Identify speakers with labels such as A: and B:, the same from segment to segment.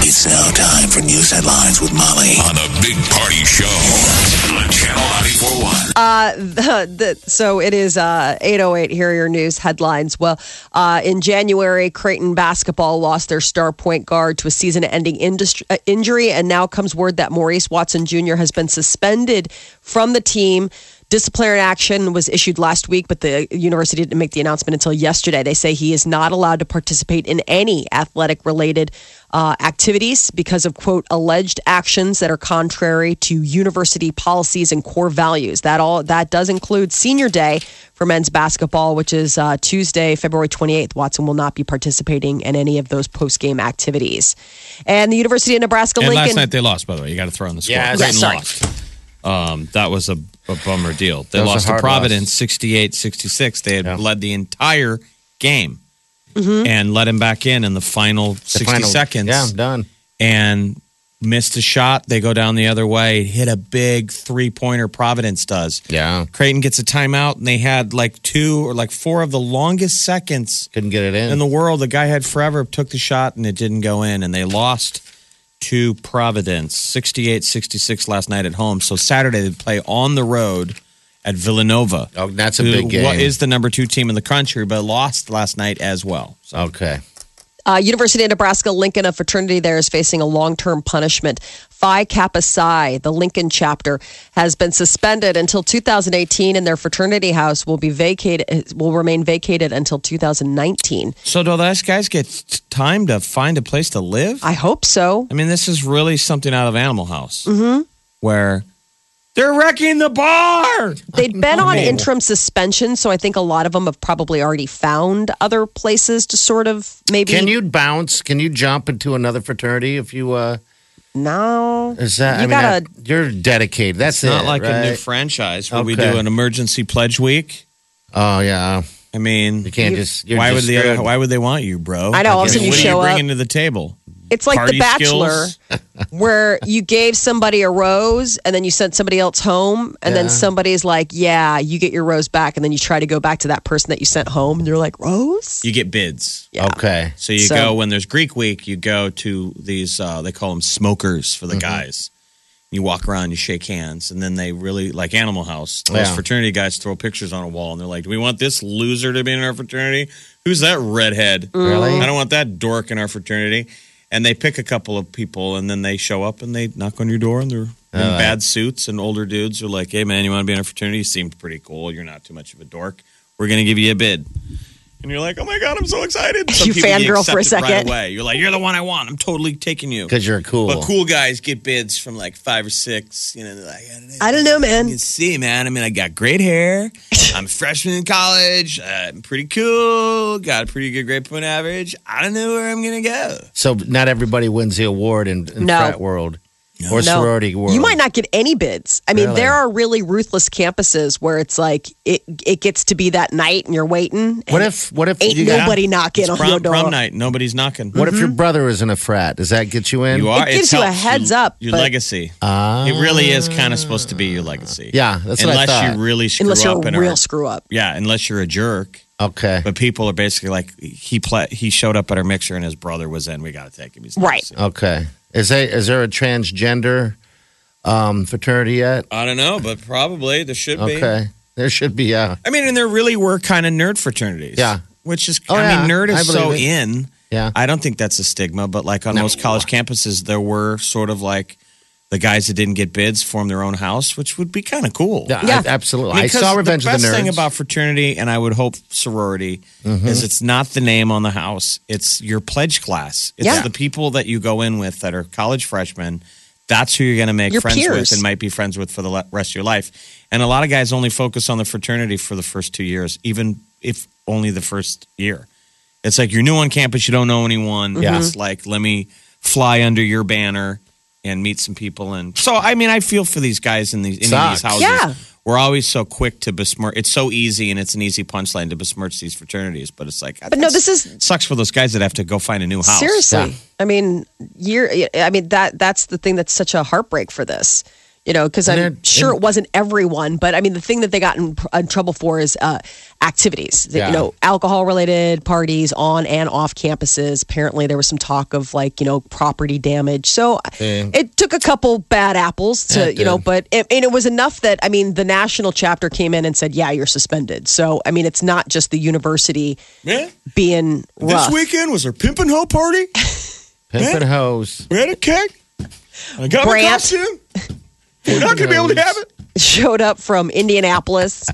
A: It's now time for news headlines with Molly on the Big Party Show on Channel 941.
B: Uh, the, the, so it is uh, 808 here are your news headlines well uh, in january creighton basketball lost their star point guard to a season-ending industry, uh, injury and now comes word that maurice watson jr has been suspended from the team Disciplinary action was issued last week, but the university didn't make the announcement until yesterday. They say he is not allowed to participate in any athletic related uh, activities because of, quote, alleged actions that are contrary to university policies and core values. That all that does include senior day for men's basketball, which is uh, Tuesday, February 28th. Watson will not be participating in any of those post game activities. And the University of Nebraska
C: And
B: Lincoln.
C: last night they lost, by the way. You got to throw in the score.
D: Yeah,
C: Creighton
B: sorry.
C: lost. Um, that was a, a bummer deal. They
D: That was a
C: lost to
D: hard
C: Providence 68 66. They had
D: Yeah.
C: led the entire game
B: Mm-hmm.
C: and let him back in in the final 60
D: final-
C: seconds
D: Yeah, I'm done.
C: and missed a shot. They go down the other way, hit a big three pointer. Providence does.
D: Yeah.
C: Creighton gets a timeout, and they had like two or like four of the longest seconds
D: Couldn't get it in.
C: in the world. The guy had forever took the shot and it didn't go in, and they lost to Providence 68 66 last night at home. So Saturday they play on the road at Villanova.
D: oh, that's a
C: who-
D: big game.
C: What is the number two team in the country, but lost last night as well.
D: okay.
B: Uh, University of Nebraska Lincoln, a fraternity there, is facing a long term punishment. Phi Kappa Psi, the Lincoln chapter, has been suspended until 2018, and their fraternity house will be vacated. Will remain vacated until 2019.
C: So do those guys get t- time to find a place to live?
B: I hope so.
C: I mean, this is really something out of Animal House, mm-hmm. where they're wrecking the bar.
B: They'd been on interim suspension, so I think a lot of them have probably already found other places to sort of maybe.
D: Can you bounce? Can you jump into another fraternity if you uh
B: No.
D: is that
B: You
D: I mean
B: gotta-
D: that- you're dedicated. That's
C: It's not
D: it,
C: like a new
D: right?
C: franchise where we
D: Okay.
C: do an emergency pledge week.
D: Oh yeah.
C: I mean,
D: You can't just you're
C: why would
D: just
C: the other,
D: screwed.
C: why would they want you, bro?
B: I know, all of a
C: Like,
B: sudden you
C: what
B: show
C: are you
B: up.
C: bringing to the table?
B: It's like
C: Party
B: The Bachelor,
C: skills?
B: where you gave somebody a rose and then you sent somebody else home, and then somebody's like, "Yeah, you get your rose back," and then you try to go back to that person that you sent home, and they're like, "Rose."
C: You get bids.
D: Okay.
C: So you
B: So-
C: go when there's Greek week. You go to these uh, they call them smokers for the
D: Mm-hmm.
C: guys. You walk around, you shake hands, and then they really like Animal House. Those
D: Yeah.
C: fraternity guys throw pictures on a wall, and they're like, "Do we want this loser to be in our fraternity? Who's that redhead?
D: Really?
C: I don't want that dork in our fraternity." And they pick a couple of people, and then they show up and they knock on your door, and they're in
D: Oh,
C: bad suits. And older dudes are like, "Hey, man, you want to be in our fraternity? You seemed pretty cool. You're not too much of a dork. We're gonna give you a bid." And you're like, "Oh my god, I'm so excited!"
B: You
C: people get
B: fangirl for a
C: accepted Right
B: second.
C: away. You're like, "You're the one I want. I'm totally taking you."
D: Because you're cool.
C: But cool guys get bids from like five or six. You know, they're like, "I don't know."
B: I don't know,
C: You
B: man.
C: can see, man. I mean, I got great hair. I'm a freshman in college. Uh, I'm pretty cool. Got a pretty good grade point average. I don't know where I'm gonna go.
D: So not everybody wins the award in, in
B: No.
D: frat world or
B: No.
D: sorority world.
B: You might not get any bids. I mean,
D: Really?
B: there are really ruthless campuses where it's like it it gets to be that night, and you're waiting.
D: What
B: and
D: if what if
B: ain't
D: you got,
B: nobody knocking
C: It's
B: on
C: prom,
B: your door? Mm-hmm.
C: prom night. Nobody's knocking.
D: what if your brother is in a frat? Does that get you in?
C: You are.
B: It gives
C: it's
B: you a
C: helps
B: heads
C: your-
B: up,
C: Your
B: but-
C: legacy.
D: Ah.
C: it really is kind of supposed to be your legacy.
D: Yeah, that's what I
C: unless
D: thought.
C: you really screw
B: Unless you're
C: up in
B: a real
C: our-
B: screw up.
C: yeah, unless you're a jerk.
D: Okay.
C: But people are basically like, he play, he showed up at our mixer and his brother was in. We got to take him. He's not
B: Right.
C: sick.
D: Okay. Is there is there a transgender um, fraternity yet?
C: I don't know, but probably there should be.
D: Okay. There should be a
C: I mean, and there really were kind of nerd fraternities.
D: Yeah.
C: Which is,
D: Oh,
C: I
D: yeah.
C: mean, nerd
D: I
C: is so
D: believe it.
C: in.
D: yeah.
C: I don't think that's a stigma, but like on most college campuses, there were sort of like the guys that didn't get bids formed their own house, which would be kind of cool.
D: Yeah,
B: Yeah.
D: I- absolutely. I
C: Because
D: saw Revenge
C: the
D: of
C: best
D: the Nerds. Mm-hmm.
C: thing about fraternity, and I would hope sorority, is it's not the name on the house; it's your pledge class. It's
B: Yeah.
C: the people that you go in with that are college freshmen. That's who you're going to make
B: Your
C: friends
B: peers.
C: with and might be friends with for the le- rest of your life. And a lot of guys only focus on the fraternity for the first two years, even if only the first year. It's like you're new on campus, you don't know anyone.
D: Yeah.
C: It's like let me fly under your banner and meet some people. And so, I mean, I feel for these guys in these in
D: Sucks.
C: these houses.
B: Yeah.
C: We're always so quick to besmirch. It's so easy, and it's an easy punchline to besmirch these fraternities. But it's like,
B: But no, this is
C: sucks for those guys that have to go find a new house.
B: Seriously,
D: Yeah.
B: I mean, year. I mean that that's the thing that's such a heartbreak for this. You know, because
D: And
B: I'm
D: they're-
B: sure it wasn't everyone, but I mean, the thing that they got in, in trouble for is uh, activities, that,
D: Yeah.
B: you know, alcohol related parties on and off campuses. Apparently, there was some talk of like, you know, property damage. So
D: Yeah.
B: it took a couple bad apples to,
D: Yeah, it
B: you know,
D: did.
B: but, and and it was enough that, I mean, the national chapter came in and said, yeah, you're suspended. So, I mean, it's not just the university
C: Yeah.
B: being rough.
C: This weekend was our pimp and hoe party.
D: Pimpin' hose.
C: We had a cake. I got
B: Brant.
C: my costume. We're not going to be
D: Um,
C: able to have it.
B: showed up from Indianapolis,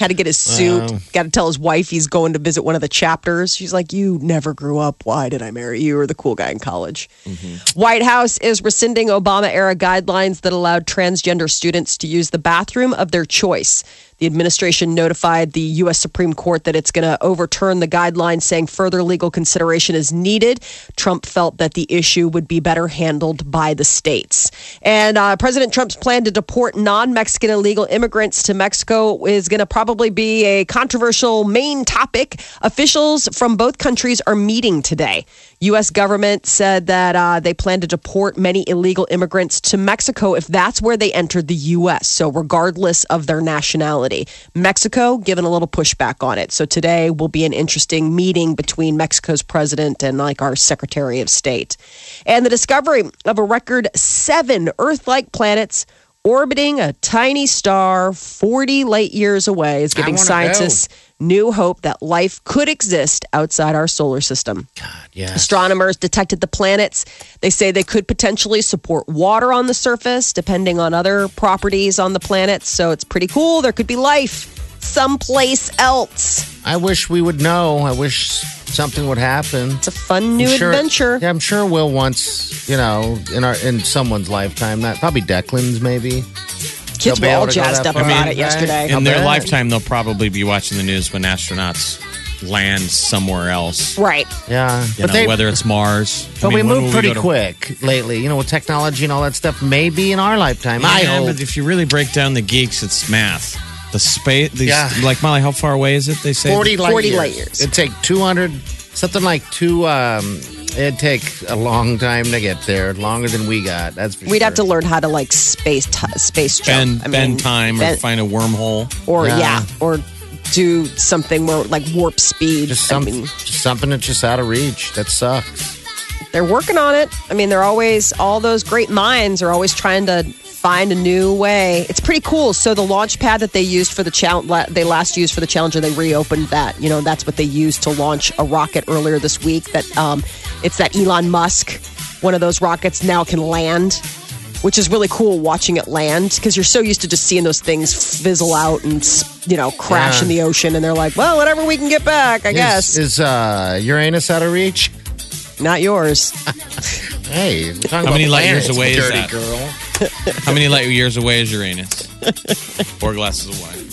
B: had to get his suit,
D: Wow.
B: got to tell his wife he's going to visit one of the chapters. She's like, You never grew up. Why did I marry you? You were the cool guy in college. White House is rescinding Obama era guidelines that allowed transgender students to use the bathroom of their choice. The administration notified the U.S. Supreme Court that it's going to overturn the guidelines, saying further legal consideration is needed. Trump felt that the issue would be better handled by the states. And uh, President Trump's plan to deport non Mexican illegal immigrants to Mexico is going to probably be a controversial main topic. Officials from both countries are meeting today. U.S. government said that uh, they plan to deport many illegal immigrants to Mexico if that's where they entered the U.S. So, regardless of their nationality, Mexico given a little pushback on it. So, today will be an interesting meeting between Mexico's president and like our Secretary of State. And the discovery of a record seven Earth like planets orbiting a tiny star 40 light years away is giving
D: wanna
B: scientists new hope that life could exist outside our solar system.
D: Yeah.
B: Astronomers detected the planets. They say they could potentially support water on the surface, depending on other properties on the planet. So it's pretty cool. There could be life someplace else.
D: I wish we would know. I wish something would happen.
B: It's a fun new
D: I'm sure-
B: adventure.
D: Yeah, I'm sure Will once, you know, in our in someone's lifetime, not probably Declan's maybe.
B: Kids
D: They'll
B: were
D: be
B: all
D: able to go
B: jazzed
D: that
B: up
D: far.
B: about
D: I mean,
B: it yesterday.
D: How
C: In their
D: bad?
C: lifetime, they'll probably be watching the news when astronauts land somewhere else.
B: Right.
D: Yeah.
C: You know, whether it's Mars. I
D: but
C: mean,
D: we
C: when will
D: move pretty
C: go to-
D: quick lately, you know, with technology and all that stuff. Maybe in our lifetime,
C: Yeah,
D: I hope.
C: but if you really break down the geeks, it's math. The space, these,
D: Yeah.
C: like Molly, how far away is it? They say
D: 40 light
B: 40
D: years.
B: light years.
D: It'd take 200, something like two, um, it'd take a long time to get there, longer than we got. That's for
B: We'd have to
D: sure.
B: learn how to like space t- space
C: bend,
B: jump.
C: bend time or
B: bend-
C: find a wormhole.
B: or
D: Yeah.
B: yeah. or do something where like warp speed.
D: Just,
B: I
D: some,
B: mean,
D: just something that's just out of reach. That sucks.
B: they're working on it. I mean, they're always all those great minds are always trying to find a new way. It's pretty cool. So the launch pad that they used for the challenge, they last used for the Challenger, they reopened that. You know, that's what they used to launch a rocket earlier this week. That um, it's that Elon Musk, one of those rockets now can land. Which is really cool watching it land because you're so used to just seeing those things fizzle out and you know crash
D: Yeah.
B: in the ocean, and they're like, well, whatever we can get back, I guess.
D: Is, is uh, Uranus out of reach?
B: Not yours.
D: Hey, we're talking
C: How many
D: about
C: light years
D: planets,
C: away is
D: dirty
C: that?
D: girl.
C: How many light years away is Uranus? Four glasses of wine.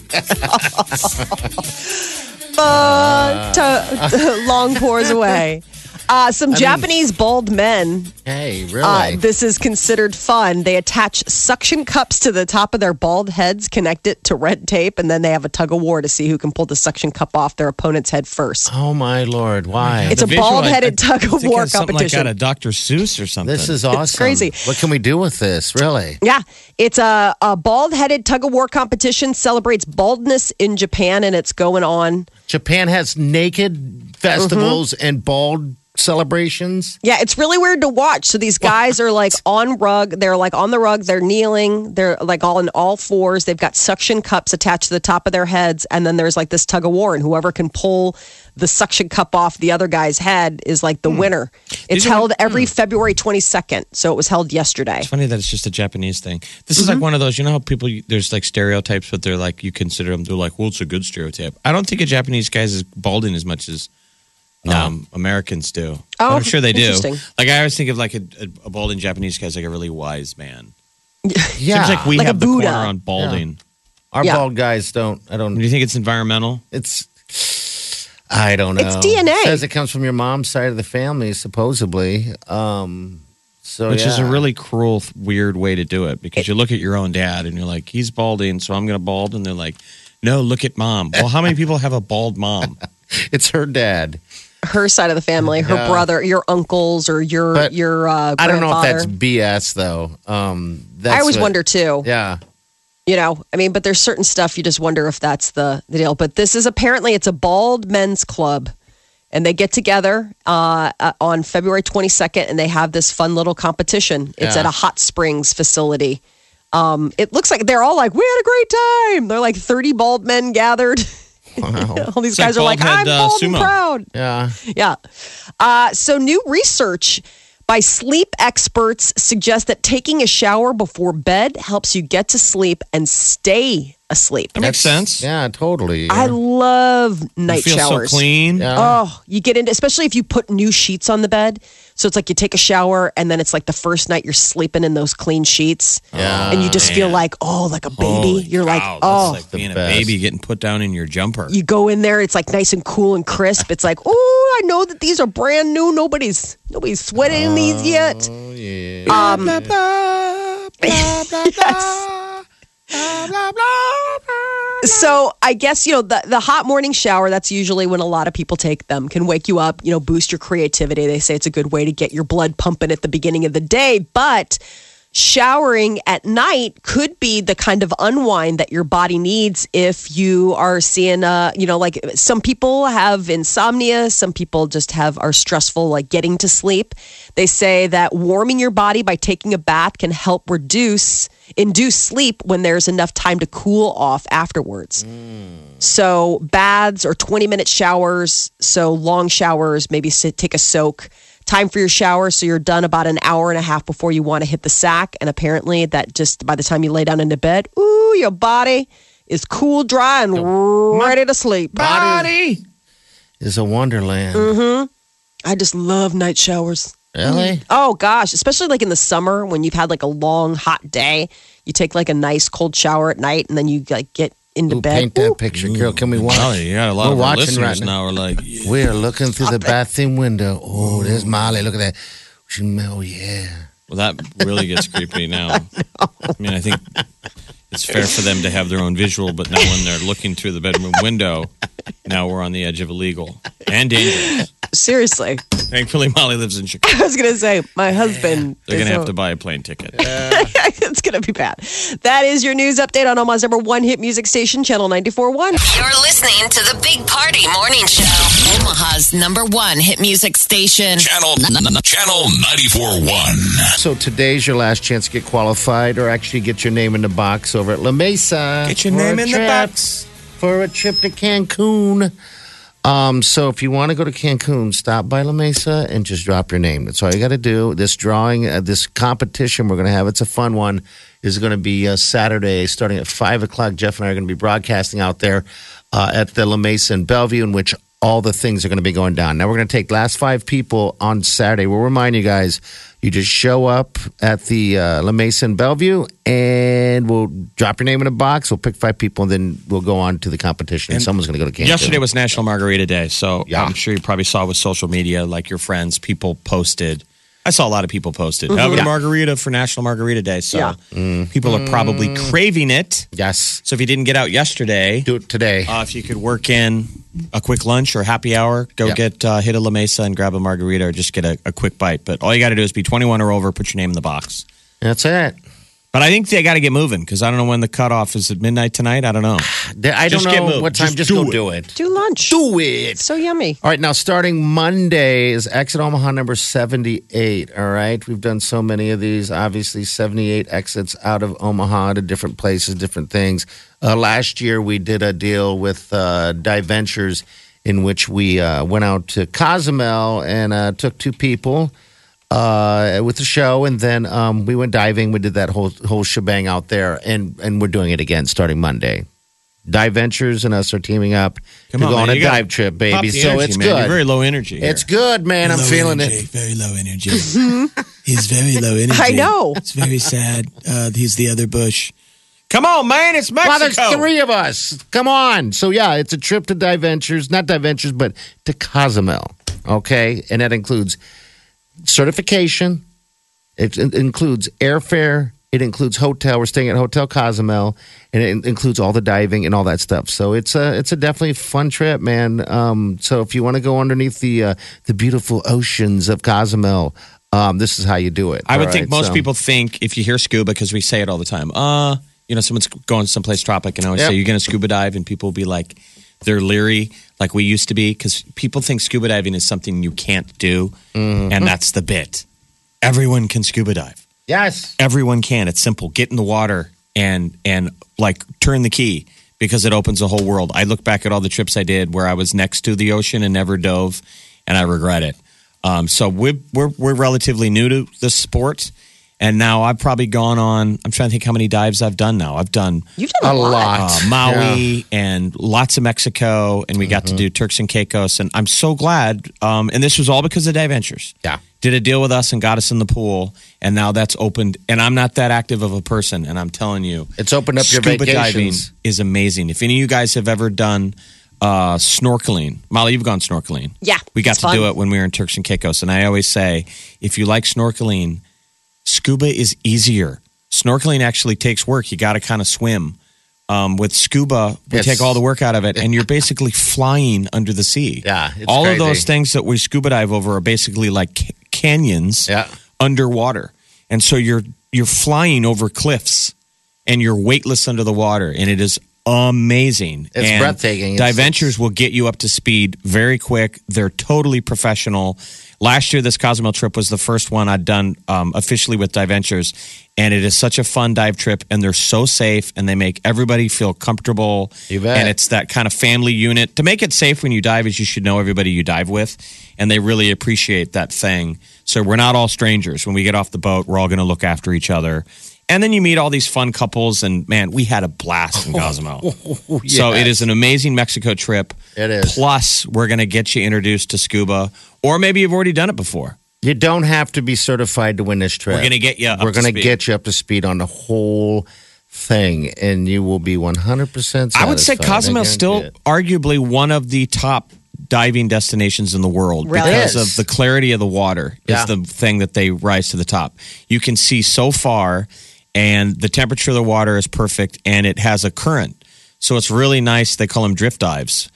B: uh, to, long pours away. Uh, some Japanese bald men.
D: Hey, really?
B: Uh, this is considered fun. They attach suction cups to the top of their bald heads, connect it to red tape, and then they have a tug of war to see who can pull the suction cup off their opponent's head first.
D: oh my lord, why?
B: It's a
C: The visual, I-
B: bald-headed
C: I
B: tug of
C: think
B: war
C: it's something like
B: competition.
C: out of Dr. Seuss or something.
D: this is awesome.
B: crazy.
D: What can we do with this? Really?
B: Yeah, it's a, a bald headed tug of war competition celebrates baldness in Japan, and it's going on.
D: Japan has naked festivals
B: Mm-hmm.
D: and bald celebrations.
B: Yeah, it's really weird to watch. So these guys are like on rug, they're like on the rug, they're kneeling, they're like all in all fours. They've got suction cups attached to the top of their heads, and then there's like this tug of war, and whoever can pull the suction cup off the other guy's head is like
D: Hmm.
B: the winner. It's
C: These are-
B: held every February 22nd, so it was held yesterday.
C: It's funny that it's just a Japanese thing. This is
B: Mm-hmm.
C: like one of those, you know how people, there's like stereotypes, but they're like, you consider them, they're like, well, it's a good stereotype. I don't think a Japanese guy's is balding as much as um, Americans do.
B: Oh,
C: I'm sure they do.
B: interesting.
C: Like, I always think of like a, a- a balding Japanese guy's like a really wise man.
D: Yeah.
C: Seems like we
B: Like a
C: have the corner
B: Buddha.
C: on balding.
D: Our
B: Yeah.
D: bald guys don't. I
C: Do
D: don't.
C: you think it's environmental?
D: It's. uh, I don't know.
B: It's DNA.
D: Oh. It says it comes from your mom's side of the family, supposedly. Um, So
C: Which is a
D: yeah.
C: really cruel, th- weird way to do it because you look at your own dad and you're like, he's balding, so I'm going to bald. And they're like, no, look at mom. Well, how many people have a bald mom?
D: it's her dad.
B: her side of the family, her brother, your uncles, or your
D: But
B: your uh,
D: I don't know if
B: grandfather.
D: that's BS though. Um, that's
B: I always
D: what-
B: wonder too.
D: Yeah,
B: You know, I mean, but there's certain stuff you just wonder if that's the, the deal. But this is apparently it's a bald men's club, and they get together uh, uh, on February 22nd, and they have this fun little competition. It's
D: Yeah.
B: at a hot springs facility. Um, it looks like they're all like, "We had a great time." They're like 30 bald men gathered. all these
C: like
B: guys are like,
C: bald-head,
B: "I'm
C: uh,
B: bald and
C: sumo."
B: proud."
D: yeah.
B: Yeah. Uh, so, new research by sleep experts suggests that taking a shower before bed helps you get to sleep and stay asleep.
C: That makes sense.
D: Yeah, totally.
B: I love
C: You
B: night
C: feel
B: showers.
C: so clean.
D: Yeah.
B: Oh, you get into especially if you put new sheets on the bed. So it's like you take a shower and then it's like the first night you're sleeping in those clean sheets.
D: Yeah.
B: And you just feel like, oh, like a baby.
C: Holy
B: you're like,
C: cow,
B: oh,
C: that's like being a
D: best.
C: baby getting put down in your jumper.
B: you go in there, it's like nice and cool and crisp. It's like, oh, I know that these are brand new. Nobody's nobody's sweating in these yet.
D: Oh, yeah.
B: Um, So I guess you know the the hot morning shower. That's usually when a lot of people take them. Can wake you up, you know, boost your creativity. They say it's a good way to get your blood pumping at the beginning of the day, but showering at night could be the kind of unwind that your body needs if you are seeing uh you know like some people have insomnia some people just have are stressful like getting to sleep they say that warming your body by taking a bath can help reduce induce sleep when there's enough time to cool off afterwards so baths or 20 minute showers. So long showers, maybe sit, take a soak. Time for your shower. So you're done about an hour and a half before you want to hit the sack. And apparently, that just by the time you lay down into bed, ooh, your body is cool, dry, and ready to sleep.
D: body is a wonderland.
B: Mm-hmm. I just love night showers.
D: Really?
B: Oh gosh, especially like in the summer when you've had like a long hot day, you take like a nice cold shower at night, and then you like get into
D: Ooh,
B: bed.
D: paint that picture, girl. Can we watch?
C: Golly, yeah, Oh, a lot
D: We're
C: of our
D: watching
C: listeners
D: right now.
C: now are like,
D: We're looking through the bathroom window. Oh, there's Molly. Look at that. She, oh yeah.
C: well, that really gets creepy now. I, mean, I think it's fair for them to have their own visual, but now when they're looking through the bedroom window, now we're on the edge of illegal and dangerous.
B: Seriously,
C: Thankfully, Molly lives in Chicago.
B: I was gonna say my husband.
C: They're going
B: is
C: to
B: a-
C: have to buy a plane ticket.
B: it's going to be bad. That is your news update on Omaha's number one hit music station, Channel 94.1.
E: You're listening to the Big Party Morning Show. Omaha's number one hit music station.
A: Channel Channel 941.
D: So today's your last chance to get qualified or actually get your name in the box over at La Mesa.
C: Get your
D: for
C: name
D: a
C: in the
D: trip-
C: box.
D: For a trip to Cancun. Um, so if you want to go to Cancun, stop by La Mesa and just drop your name. That's all you got to do. This drawing, uh, this competition we're going to have, it's a fun one, is going to be uh, Saturday starting at 5 o'clock. Jeff and I are going to be broadcasting out there uh, at the La Mesa in Bellevue, in which all the things are going to be going down. Now we're going to take last five people on Saturday. We'll remind you guys, you just show up at the uh, La Mesa in Bellevue and we'll drop your name in a box. We'll pick five people and then we'll go on to the competition. And Someone's going to go to Cancun.
C: Yesterday was National Margarita Day, so
D: Yeah.
C: I'm sure you probably saw with social media, like your friends, people posted. I saw a lot of people posted having a margarita for National Margarita Day, so
B: Mm-hmm. Yeah.
D: Mm.
B: Mm.
C: people are probably craving it.
D: Yes.
C: So if you didn't get out yesterday,
D: Do it today.
C: uh, if you could work in a quick lunch or happy hour, go
D: Yeah.
C: get uh, hit a La Mesa and grab a margarita or just get a, a quick bite. But all you got to do is be 21 or over, put your name in the box.
D: That's it.
C: But I think they got to get moving because I don't know when the cutoff is. At midnight tonight, I don't know.
D: Th- I
C: Just
D: don't
C: get
D: know
C: moved.
D: what time. Just,
C: Just
D: go
C: do it.
D: do it.
B: Do lunch.
D: Do it.
B: So yummy.
D: All right, now starting Monday is exit Omaha number 78. All right, we've done so many of these. Obviously, 78 exits out of Omaha to different places, different things. Uh, last year, we did a deal with uh, Die Ventures in which we uh, went out to Cozumel and uh, took two people uh, with the show, and then um, we went diving. We did that whole whole shebang out there, and and we're doing it again starting Monday. Dive Ventures and us are teaming up
C: Come
D: to
C: on,
D: go
C: man,
D: on a
C: you gotta
D: dive trip,
C: Pop
D: baby.
C: the
D: So
C: energy,
D: it's
C: man. You're
D: good.
C: very low energy. here.
D: It's good, man. I'm
F: low
D: feeling
F: energy,
D: it. Mm-hmm.
F: Very low energy. he's very low energy.
B: I know.
F: It's very sad. Uh, he's the other Bush.
C: Come on, man. It's Mexico.
D: Wow, there's three of us. Come on. So yeah, it's a trip to Dive Ventures, not Dive Ventures, but to Cozumel. Okay, and that includes certification. It, in- includes airfare. It includes hotel. We're staying at Hotel Cozumel, and it in- includes all the diving and all that stuff. So it's a it's a definitely fun trip, man. Um, so if you want to go underneath the uh, the beautiful oceans of Cozumel, um, this is how you do it.
C: I would
D: All
C: think
D: right,
C: most
D: so-
C: people think if you hear scuba, because we say it all the time, uh, you know, someone's going someplace tropic and I always
D: Yep.
C: say, you're going to scuba dive, and people will be like, they're leery, like we used to be, because people think scuba diving is something you can't do.
D: Mm-hmm.
C: And that's the bit. Everyone can scuba dive.
D: Yes.
C: Everyone can. It's simple. Get in the water and and like turn the key because it opens a whole world. I look back at all the trips I did where I was next to the ocean and never dove, and I regret it. Um, so we're, we're we're relatively new to this sport, and now I've probably gone on. I'm trying to think how many dives I've done now. I've done
B: You've done a, lot.
C: uh, Maui and lots of Mexico, and we got
D: Mm-hmm.
C: to do Turks and Caicos. And I'm so glad. Um, and this was all because of Dave Ventures.
D: Yeah.
C: Did a deal with us and got us in the pool, and now that's opened. And I'm not that active of a person, and I'm telling you,
D: It's opened up your
C: scuba diving
D: vacations.
C: is amazing. If any of you guys have ever done uh, snorkeling, Molly, you've gone snorkeling.
B: Yeah,
C: we got
B: it's
C: to
B: fun.
C: do it when we were in Turks and Caicos, and I always say, if you like snorkeling, scuba is easier. Snorkeling actually takes work. You got to kind of swim. Um, with scuba, we
D: Yes.
C: take all the work out of it, and you're basically flying under the sea.
D: Yeah, it's
C: all
D: crazy.
C: of those things that we scuba dive over are basically like ca- canyons
D: Yeah.
C: underwater, and so you're you're flying over cliffs, and you're weightless under the water, and it is amazing.
D: It's
C: And
D: breathtaking. It's-
C: Diventures will get you up to speed very quick. They're totally professional. Last year, this Cozumel trip was the first one I'd done um, officially with Diventures, and it is such a fun dive trip. And they're so safe, and they make everybody feel comfortable.
D: You bet.
C: And it's that kind of family unit. To make it safe when you dive is you should know everybody you dive with, and they really appreciate that thing. So we're not all strangers. When we get off the boat, we're all going to look after each other. And then you meet all these fun couples, and man, we had a blast in Cozumel. So it is an amazing Mexico trip.
D: It is.
C: Plus, we're going to get you introduced to scuba, or maybe you've already done it before.
D: You don't have to be certified to win this trip.
C: We're gonna get you up
D: We're
C: to
D: gonna
C: speed.
D: get you up to speed on the whole thing, and you will be one hundred percent.
C: I would say Cozumel's still arguably one of the top diving destinations in the world
B: Really?
C: because
D: Yes.
C: of the clarity of the water
D: Yeah.
C: is the thing that they rise to the top. You can see so far and the temperature of the water is perfect and it has a current. So it's really nice. They call them drift dives.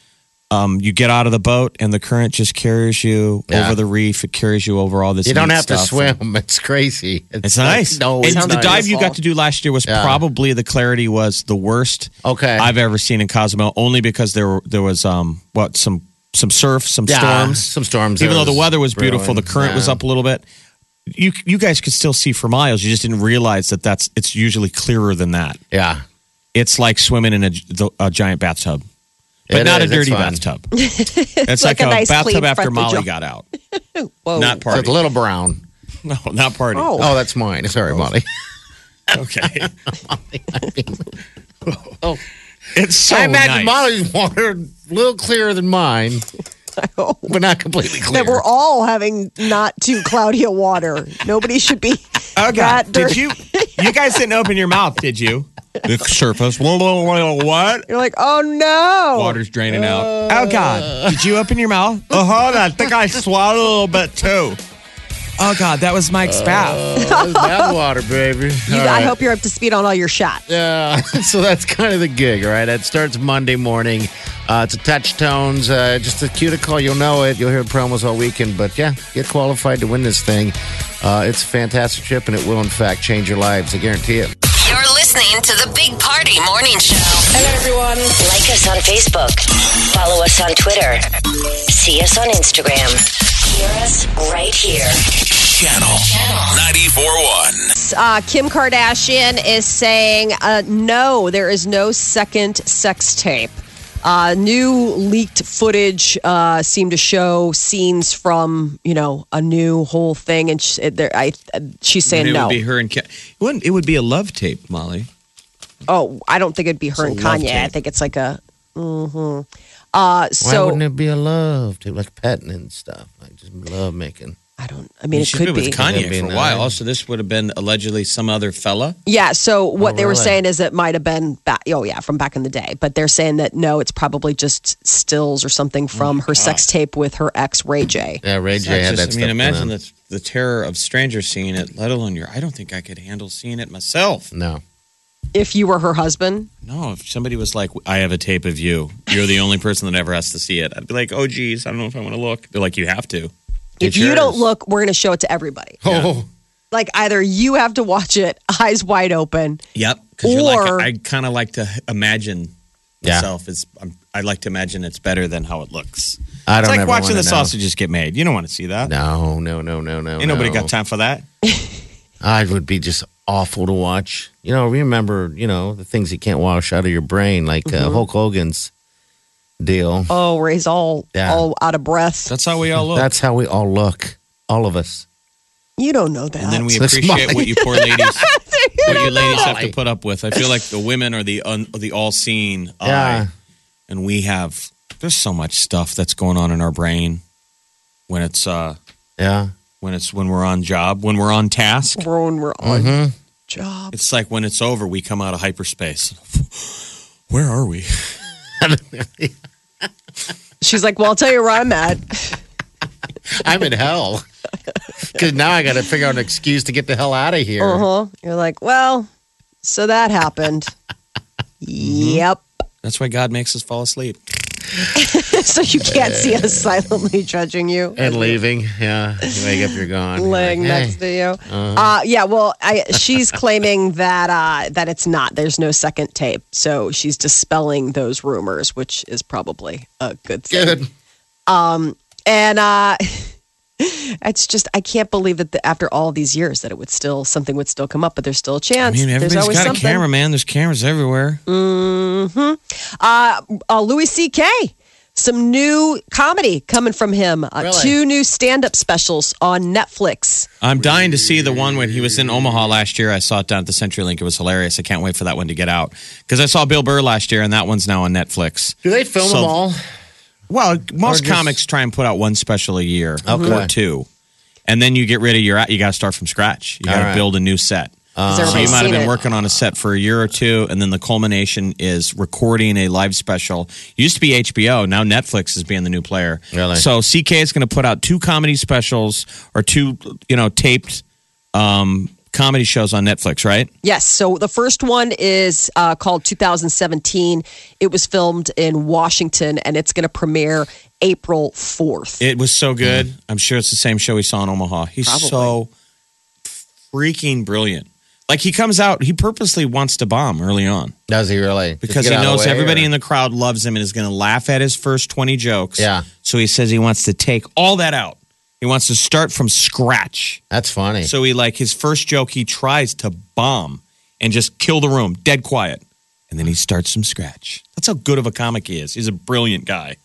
C: Um, you get out of the boat and the current just carries you
D: Yeah.
C: over the reef. It carries you over all this.
D: You don't
C: neat
D: have to
C: stuff.
D: swim. It's crazy.
C: It's nice.
D: No,
C: and
D: it's
C: the
D: not.
C: dive you got to do last year was
D: Yeah.
C: probably the clarity was the worst
D: Okay.
C: I've ever seen in Cozumel, only because there were there was um what some some surf, some
D: Yeah,
C: storms,
D: some storms.
C: Even
D: It
C: though the
D: was
C: weather was beautiful, the
D: brewing.
C: current was
D: Yeah.
C: up a little bit. You you guys could still see for miles. You just didn't realize that that's it's usually clearer than that.
D: Yeah.
C: It's like swimming in a, the- a giant bathtub, but
D: It
C: not
D: is.
C: a dirty
D: It's fun.
C: bathtub. It's like,
B: Like a nice,
C: bathtub
B: clean,
C: after
B: front
C: Molly
B: vagina.
C: got out.
B: Whoa.
C: Not
D: So it's
C: party.
D: a little brown.
C: No, not party.
B: Oh.
D: Oh, that's mine. Sorry, Molly.
C: Okay. Oh. It's so
D: Oh. I
C: nice.
D: imagine Molly's water a little clearer than mine, but not completely clear.
B: that we're all having not too cloudy a water. Nobody should be
C: Oh
B: that
C: God! Did
B: dirty.
C: you? You guys didn't open your mouth, did you? The surface. Whoa, whoa, whoa, what?
B: You're like, oh no.
C: Water's draining out. Oh God! Did you open your mouth? Oh, hold on. I think I swallowed a little bit too. Oh God! That was Mike's bath.
D: That's bad water, baby.
B: You-
D: All
B: I
D: right.
B: hope you're up to speed on all your shots.
D: Yeah, so that's kind of the gig, all right? It starts Monday morning. Uh, it's a touch tones, uh, just a cuticle. You'll know it. You'll hear promos all weekend. But yeah, get qualified to win this thing. Uh, it's a fantastic trip, and it will, in fact, change your lives. I guarantee it.
E: You're listening to the Big Party Morning Show.
G: Hello, everyone. Like us on Facebook. Follow us on Twitter. See us on Instagram. Hear us right here.
A: Channel 94.1.
B: Uh, Kim Kardashian is saying, uh, no, there is no second sex tape. Uh, new leaked footage uh, seemed to show scenes from you know a new whole thing, and she, there, I she's saying
C: it
B: no.
C: would be her and Ke- it wouldn't. It would be a love tape, Molly.
B: oh, I don't think it'd be her and
C: It's a love
B: Kanye. I
C: tape.
B: think it's like a. Mm-hmm. Uh,
D: Why
B: so
D: wouldn't it be a love, to like petting and stuff? Like just love making.
B: I don't. I mean, it
C: She's been
B: could be.
C: with Kanye
D: Could be
C: for a while.
D: nine.
C: So this would have been allegedly some other fella.
B: Yeah. So what
D: Oh,
B: they were
D: really?
B: saying is it might have been back. Oh yeah, from back in the day. But they're saying that no, it's probably just stills or something from her sex tape with her ex Ray J.
D: Yeah, Ray J
C: It's just-
D: had that
C: I mean,
D: stuff
C: imagine
D: going on.
C: the, the terror of strangers seeing it, let alone your. I don't think I could handle seeing it myself.
D: No.
B: If you were her husband,
C: No, if somebody was like, I have a tape of you, you're the only person that ever has to see it, I'd be like, oh, geez, I don't know if I want to look. They're like, you have to.
B: if
C: It's
B: you don't
C: yours.
B: look, we're going to show it to everybody.
D: Oh,
B: Like either you have to watch it eyes wide open.
C: Yep. Because you're
B: Or-
C: like, I kind of like to imagine
D: Yeah.
C: myself. It's, I'm, I like to imagine it's better than how it looks.
D: I don't
C: It's like
D: ever
C: watching
D: wanna
C: the
D: know.
C: sausages get made. You don't want to see that.
D: No, no, no, no, no.
C: Ain't nobody
D: no.
C: got time for that.
D: I would be just awful to watch. You know, remember, you know, the things you can't wash out of your brain, like uh,
B: Mm-hmm.
D: Hulk Hogan's deal.
B: Oh, Ray's all
D: Yeah.
B: all out of breath.
C: That's how we all look.
D: That's how we all look, all of us.
B: you don't know that.
C: and then we
D: That's
C: appreciate
D: Molly.
C: what you poor ladies, what you ladies have to
D: Molly.
C: put up with. I feel like the women are the un, the all seeing eye,
D: Yeah.
C: and we have there's so much stuff that's going on in our brain when it's uh
D: Yeah.
C: when it's when we're on job, when we're on task.
B: when we're on job.
C: It's like when it's over, we come out of hyperspace. Where are we?
B: She's like, well, I'll tell you where I'm at.
D: I'm in hell. Because now I got to figure out an excuse to get the hell out of here.
B: Uh huh. You're like, well, so that happened. Yep.
C: That's why God makes us fall asleep.
B: so you can't see us silently judging you
D: And leaving. Yeah. You wake up, you're gone. You're
B: laying
D: like,
B: next
D: hey.
B: to you.
C: Uh-huh.
B: uh yeah, well, I, she's claiming that uh, that it's not. There's no second tape, so she's dispelling those rumors, which is probably a good thing.
D: Good.
B: And uh, it's just I can't believe that the, after all these years that it would still something would still come up, but there's still a
C: I
B: chance.
C: mean,
B: there's
C: everybody's
B: always
C: got a
B: something. Mm.
C: camera, man. There's cameras everywhere.
B: uh, uh, Louis C.K. Some new comedy coming from him. Uh,
D: Really?
B: Two new stand-up specials on Netflix.
C: I'm dying to see the one when he was in Omaha last year. I saw it down at the CenturyLink. It was hilarious. I can't wait for that one to get out because I saw Bill Burr last year, and that one's now on Netflix.
D: Do they film
C: So-
D: them all?
C: Well, most
D: just-
C: comics try and put out one special a year
D: Okay.
C: or two, and then you get rid of your. You got to start from scratch. You got to
D: All right.
C: build a new set.
B: Uh-huh. Has
C: so
B: everybody
C: you might have
B: seen
C: been
B: it?
C: working on a set for a year or two, and then the culmination is recording a live special. It used to be HBO, now Netflix is being the new player.
D: Really?
C: So CK is going to put out two comedy specials or two, you know, taped um, comedy shows on Netflix, right?
B: Yes. So the first one is uh, called 2017. It was filmed in Washington, and it's going to premiere April 4th.
C: It was so good. I'm sure it's the same show we saw in Omaha. He's so freaking brilliant. Like he comes out, he purposely wants to bomb early on
D: Does he really?
C: because he knows everybody in the crowd loves him and is going to laugh at his first 20 jokes.
D: Yeah.
C: So he says he wants to take all that out. He wants to start from scratch.
D: That's funny.
C: So he like his first joke he tries to bomb and just kill the room, dead quiet. And then he starts from scratch. That's how good of a comic he is. He's a brilliant guy.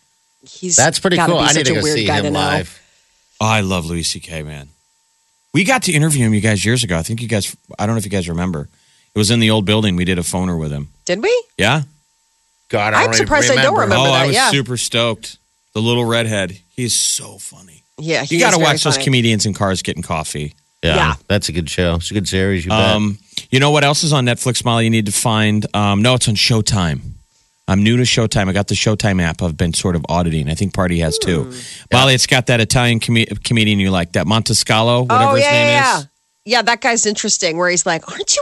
B: He's
D: That's pretty
B: gotta
D: cool.
B: be
D: I
B: such
D: need to
B: a
D: go
B: weird
D: see
B: guy to
D: him
B: know.
D: live.
C: Oh, I love Louis C.K. Man. We got to interview him, you guys, years ago. I think you guys. I don't know if you guys remember. It was in the old building. We did a phoner with him.
B: Did we?
C: Yeah.
D: God,
B: I'm
D: don't
B: surprised I don't remember.
C: oh, I
B: that,
C: was
B: yeah.
C: super stoked. The little redhead. He's so funny.
B: Yeah. he
C: you got to
B: is very
C: watch those
B: funny.
C: comedians in cars getting coffee.
D: Yeah,
B: Yeah.
D: that's a good show. It's a good series. You bet.
C: Um, you know what else is on Netflix, Molly? You need to find. Um, no, it's on Showtime. I'm new to Showtime. I got the Showtime app. I've been sort of auditing. I think Party has
B: Hmm.
C: too. Molly, it's got that Italian com- comedian you like, that Montescalo, whatever
B: Oh,
C: his
B: yeah,
C: name
B: yeah,
C: is.
B: yeah. Yeah, that guy's interesting where he's like, aren't you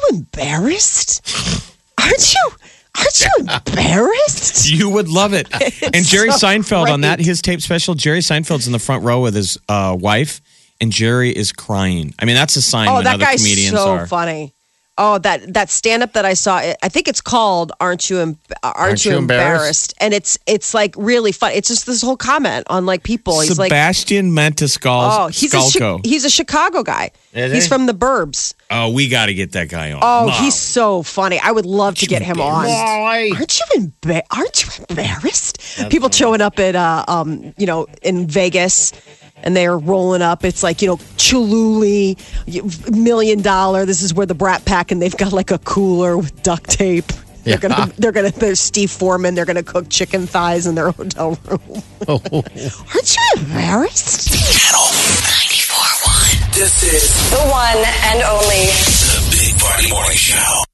B: embarrassed? Aren't you? Aren't you embarrassed?
C: You would love it. And Jerry
B: so
C: Seinfeld on
B: great.
C: that his tape special. Jerry Seinfeld's in the front row with his uh, wife, and Jerry is crying. I mean, that's a sign.
B: Oh,
C: when
B: that
C: other
B: guy's
C: comedians
B: so
C: are.
B: funny. Oh, that that stand up that I saw. I I think it's called "Aren't You Em- Aren't, You Embarrassed?" And it's it's like really fun. It's just this whole comment on like people. He's like,
C: Sebastian Mentescal.
B: oh, he's a Chi- he's a Chicago guy.
D: Is
B: he's
D: he?
B: from the Burbs.
C: oh, we got to get that guy on.
B: Oh,
C: Mom.
B: he's so funny. I would love to get him on.
D: Molly.
B: Aren't you emba- Aren't you embarrassed? People showing up at uh, um, you know, in Vegas, and they are rolling up. It's like you know, Choluli, you- million dollar. This is where the Brat Pack, and they've got like a cooler with duct tape. They're gonna, they're gonna, there's Steve Foreman. They're gonna cook chicken thighs in their
D: Oh,
B: hotel room. Aren't you embarrassed?
A: Channel 94.1. This is
G: The one and only
A: the Big Party Morning Show.